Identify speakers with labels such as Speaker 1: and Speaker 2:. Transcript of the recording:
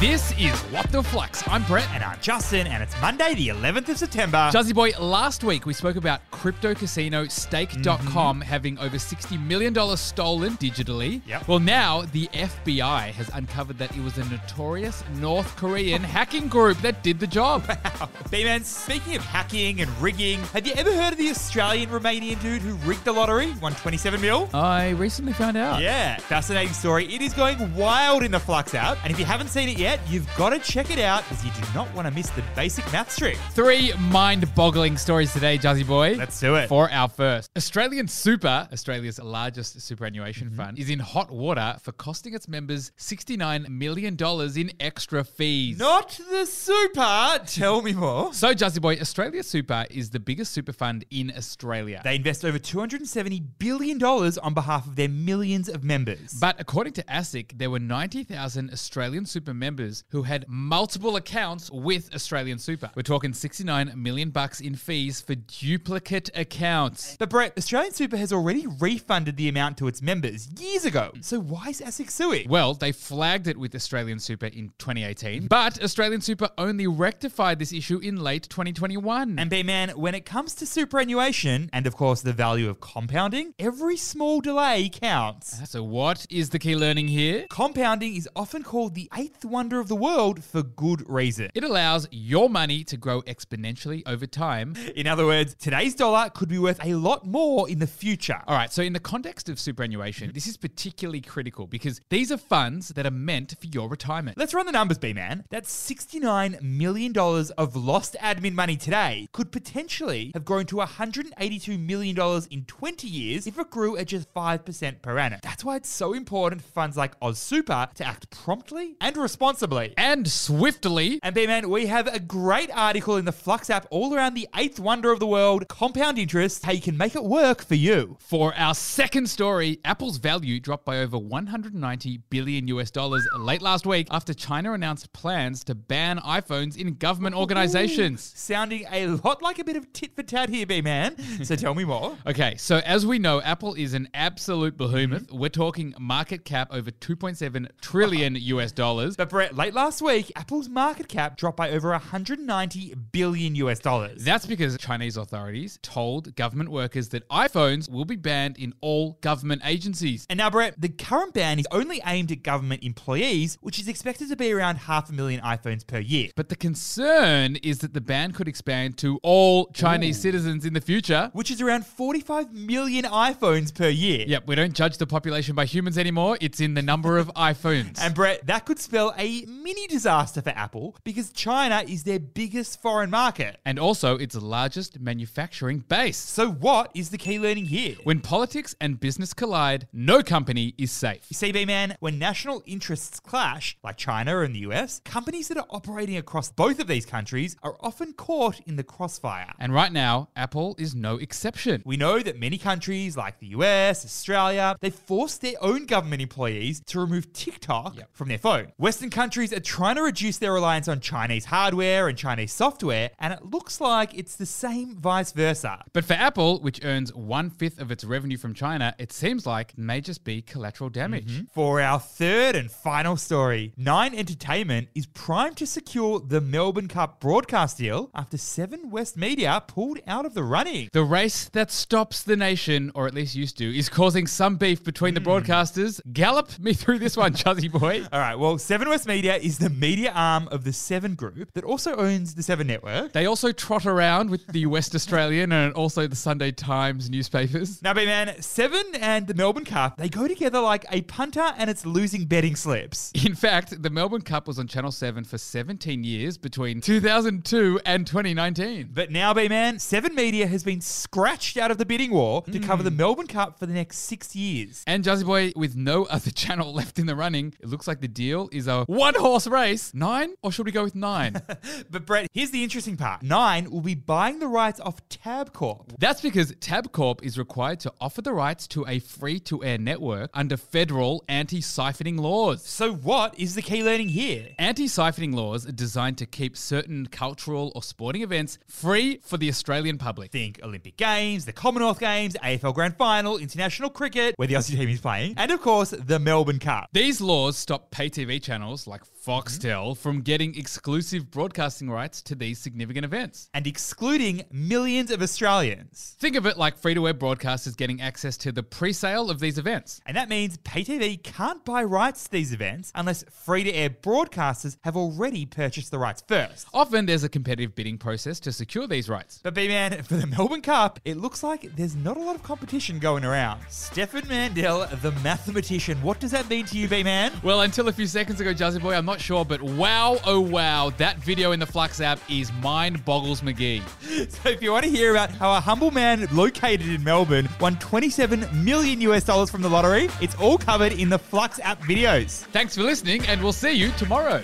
Speaker 1: This is What the Flux. I'm Brett.
Speaker 2: And I'm Justin, and it's Monday, the 11th of September.
Speaker 1: Jazzy Boy, last week we spoke about crypto casino stake.com having over $60 million stolen digitally.
Speaker 2: Mm-hmm. Yep.
Speaker 1: Well, now the FBI has uncovered that it was a notorious North Korean hacking group that did the job.
Speaker 2: B-Man, speaking of hacking and rigging, have you ever heard of the Australian-Romanian dude who rigged the lottery, won 27 mil?
Speaker 1: I recently found out.
Speaker 2: Yeah, fascinating story. It is going wild in the Flux app, and if you haven't seen it yet, you've got to check it out because you do not want to miss the basic maths trick.
Speaker 1: Three mind boggling stories today, Jazzy Boy.
Speaker 2: Let's do it.
Speaker 1: For our first, Australian Super, Australia's largest superannuation
Speaker 2: Mm-hmm.
Speaker 1: fund, is in hot water for costing its members $69 million in extra fees.
Speaker 2: Not the super. Tell me more.
Speaker 1: So, Jazzy Boy, Australia Super is the biggest super fund in Australia.
Speaker 2: They invest over $270 billion on behalf of their millions of members.
Speaker 1: but according to ASIC, there were 90,000 Australian Super members who had multiple accounts with Australian Super. We're talking 69 million bucks in fees for duplicate accounts.
Speaker 2: But Brett, Australian Super has already refunded the amount to its members years ago. So why is ASIC suing?
Speaker 1: Well, they flagged it with Australian Super in 2018, but Australian Super only rectified this issue in late 2021.
Speaker 2: And B man, when it comes to superannuation and of course the value of compounding, every small delay counts.
Speaker 1: so, what is the key learning here?
Speaker 2: Compounding is often called the eighth wonder of the world for good reason.
Speaker 1: It allows your money to grow exponentially over time
Speaker 2: In other words, today's dollar could be worth a lot more in the future.
Speaker 1: All right, so in the context of superannuation, this is particularly critical because these are funds that are meant for your retirement.
Speaker 2: Let's run the numbers, B man. That's $69 million of lost admin money today could potentially have grown to $182 million in 20 years if it grew at just 5% per annum. That's why it's so important for funds like Oz Super to act promptly and responsibly.
Speaker 1: And swiftly,
Speaker 2: And B man, we have a great article in the Flux app all around the eighth wonder of the world, compound interest, how you can make it work for you.
Speaker 1: for our second story, Apple's value dropped by over 190 billion US dollars late last week after China announced plans to ban iPhones in government organizations.
Speaker 2: Sounding a lot like a bit of tit for tat here, B man. So tell me more.
Speaker 1: Okay, so as we know, Apple is an absolute behemoth. We're talking market cap over 2.7 trillion US dollars.
Speaker 2: But Brett, late last week, Apple's market cap dropped by over 190 billion US dollars.
Speaker 1: That's because Chinese authorities told government workers that iPhones will be banned in all government agencies.
Speaker 2: And now, Brett, the current ban is only aimed at government employees, which is expected to be around half a million iPhones per year.
Speaker 1: But the concern is that the ban could expand to all Chinese citizens in the future.
Speaker 2: Which is around 45 million iPhones per year.
Speaker 1: Yep, we don't judge the population by humans anymore. It's in the number of iPhones.
Speaker 2: And Brett, that could spell a mini disaster for Apple because China is their biggest foreign market.
Speaker 1: and also its largest manufacturing base.
Speaker 2: So, what is the key learning here?
Speaker 1: When politics and business collide, no company is safe.
Speaker 2: You see, B man, when national interests clash, like China and the US, companies that are operating across both of these countries are often caught in the crossfire.
Speaker 1: And right now, Apple is no exception.
Speaker 2: We know that many countries like the US, Australia, they force their own government employees to remove TikTok
Speaker 1: Yep.
Speaker 2: from their phone. Western countries are trying to reduce their reliance on Chinese hardware and Chinese software, and it looks like it's the same vice versa.
Speaker 1: But for Apple, which earns one fifth of its revenue from China, it seems like it may just be collateral damage.
Speaker 2: For our third and final story, Nine Entertainment is primed to secure the Melbourne Cup broadcast deal after Seven West Media pulled out of the running.
Speaker 1: The race that stops the nation, or at least used to, is causing some beef between the broadcasters. Gallop me through this one, Chuzzy boy.
Speaker 2: All right, well, Seven West Media is the media arm of the Seven Group that also owns the Seven Network.
Speaker 1: They also trot around with the West Australian and also the Sunday Times newspapers.
Speaker 2: Now, B man, Seven and the Melbourne Cup, they go together like a punter and its losing betting slips.
Speaker 1: In fact, the Melbourne Cup was on Channel 7 for 17 years between 2002 and 2019.
Speaker 2: But now, B man, Seven Media has been scratched out of the bidding war to cover the Melbourne Cup for the next six years.
Speaker 1: And Jazzy Boy, with no other channel left in the running, it looks like the deal is a one horse race. Nine, or should we go with nine?
Speaker 2: But Brett, here's the interesting part. Nine will be buying the rights off Tabcorp.
Speaker 1: That's because Tabcorp is required to offer the rights to a free to air network under federal anti siphoning laws.
Speaker 2: So what is the key learning here?
Speaker 1: Anti siphoning laws are designed to keep certain cultural or sporting events free for the Australian public.
Speaker 2: Think Olympic Games, the Commonwealth Games, AFL Grand Final, international cricket, where the Aussie team is playing, and of course the Melbourne Cup.
Speaker 1: These laws stop pay TV channels business like Foxtel from getting exclusive broadcasting rights to these significant events.
Speaker 2: and excluding millions of Australians.
Speaker 1: Think of it like free to air broadcasters getting access to the pre sale of these events.
Speaker 2: And that means pay TV can't buy rights to these events unless free to air broadcasters have already purchased the rights first.
Speaker 1: Often there's a competitive bidding process to secure these rights.
Speaker 2: But B man, for the Melbourne Cup, it looks like there's not a lot of competition going around. Stefan Mandel, the mathematician, what does that mean to you, B man?
Speaker 1: Well, until a few seconds ago, Jazzy Boy, I'm not sure, but wow, oh wow, that video in the Flux app is mind boggles McGee.
Speaker 2: So if you want to hear about how a humble man located in Melbourne won 27 million US dollars from the lottery, it's all covered in the Flux app videos.
Speaker 1: Thanks for listening, and we'll see you tomorrow.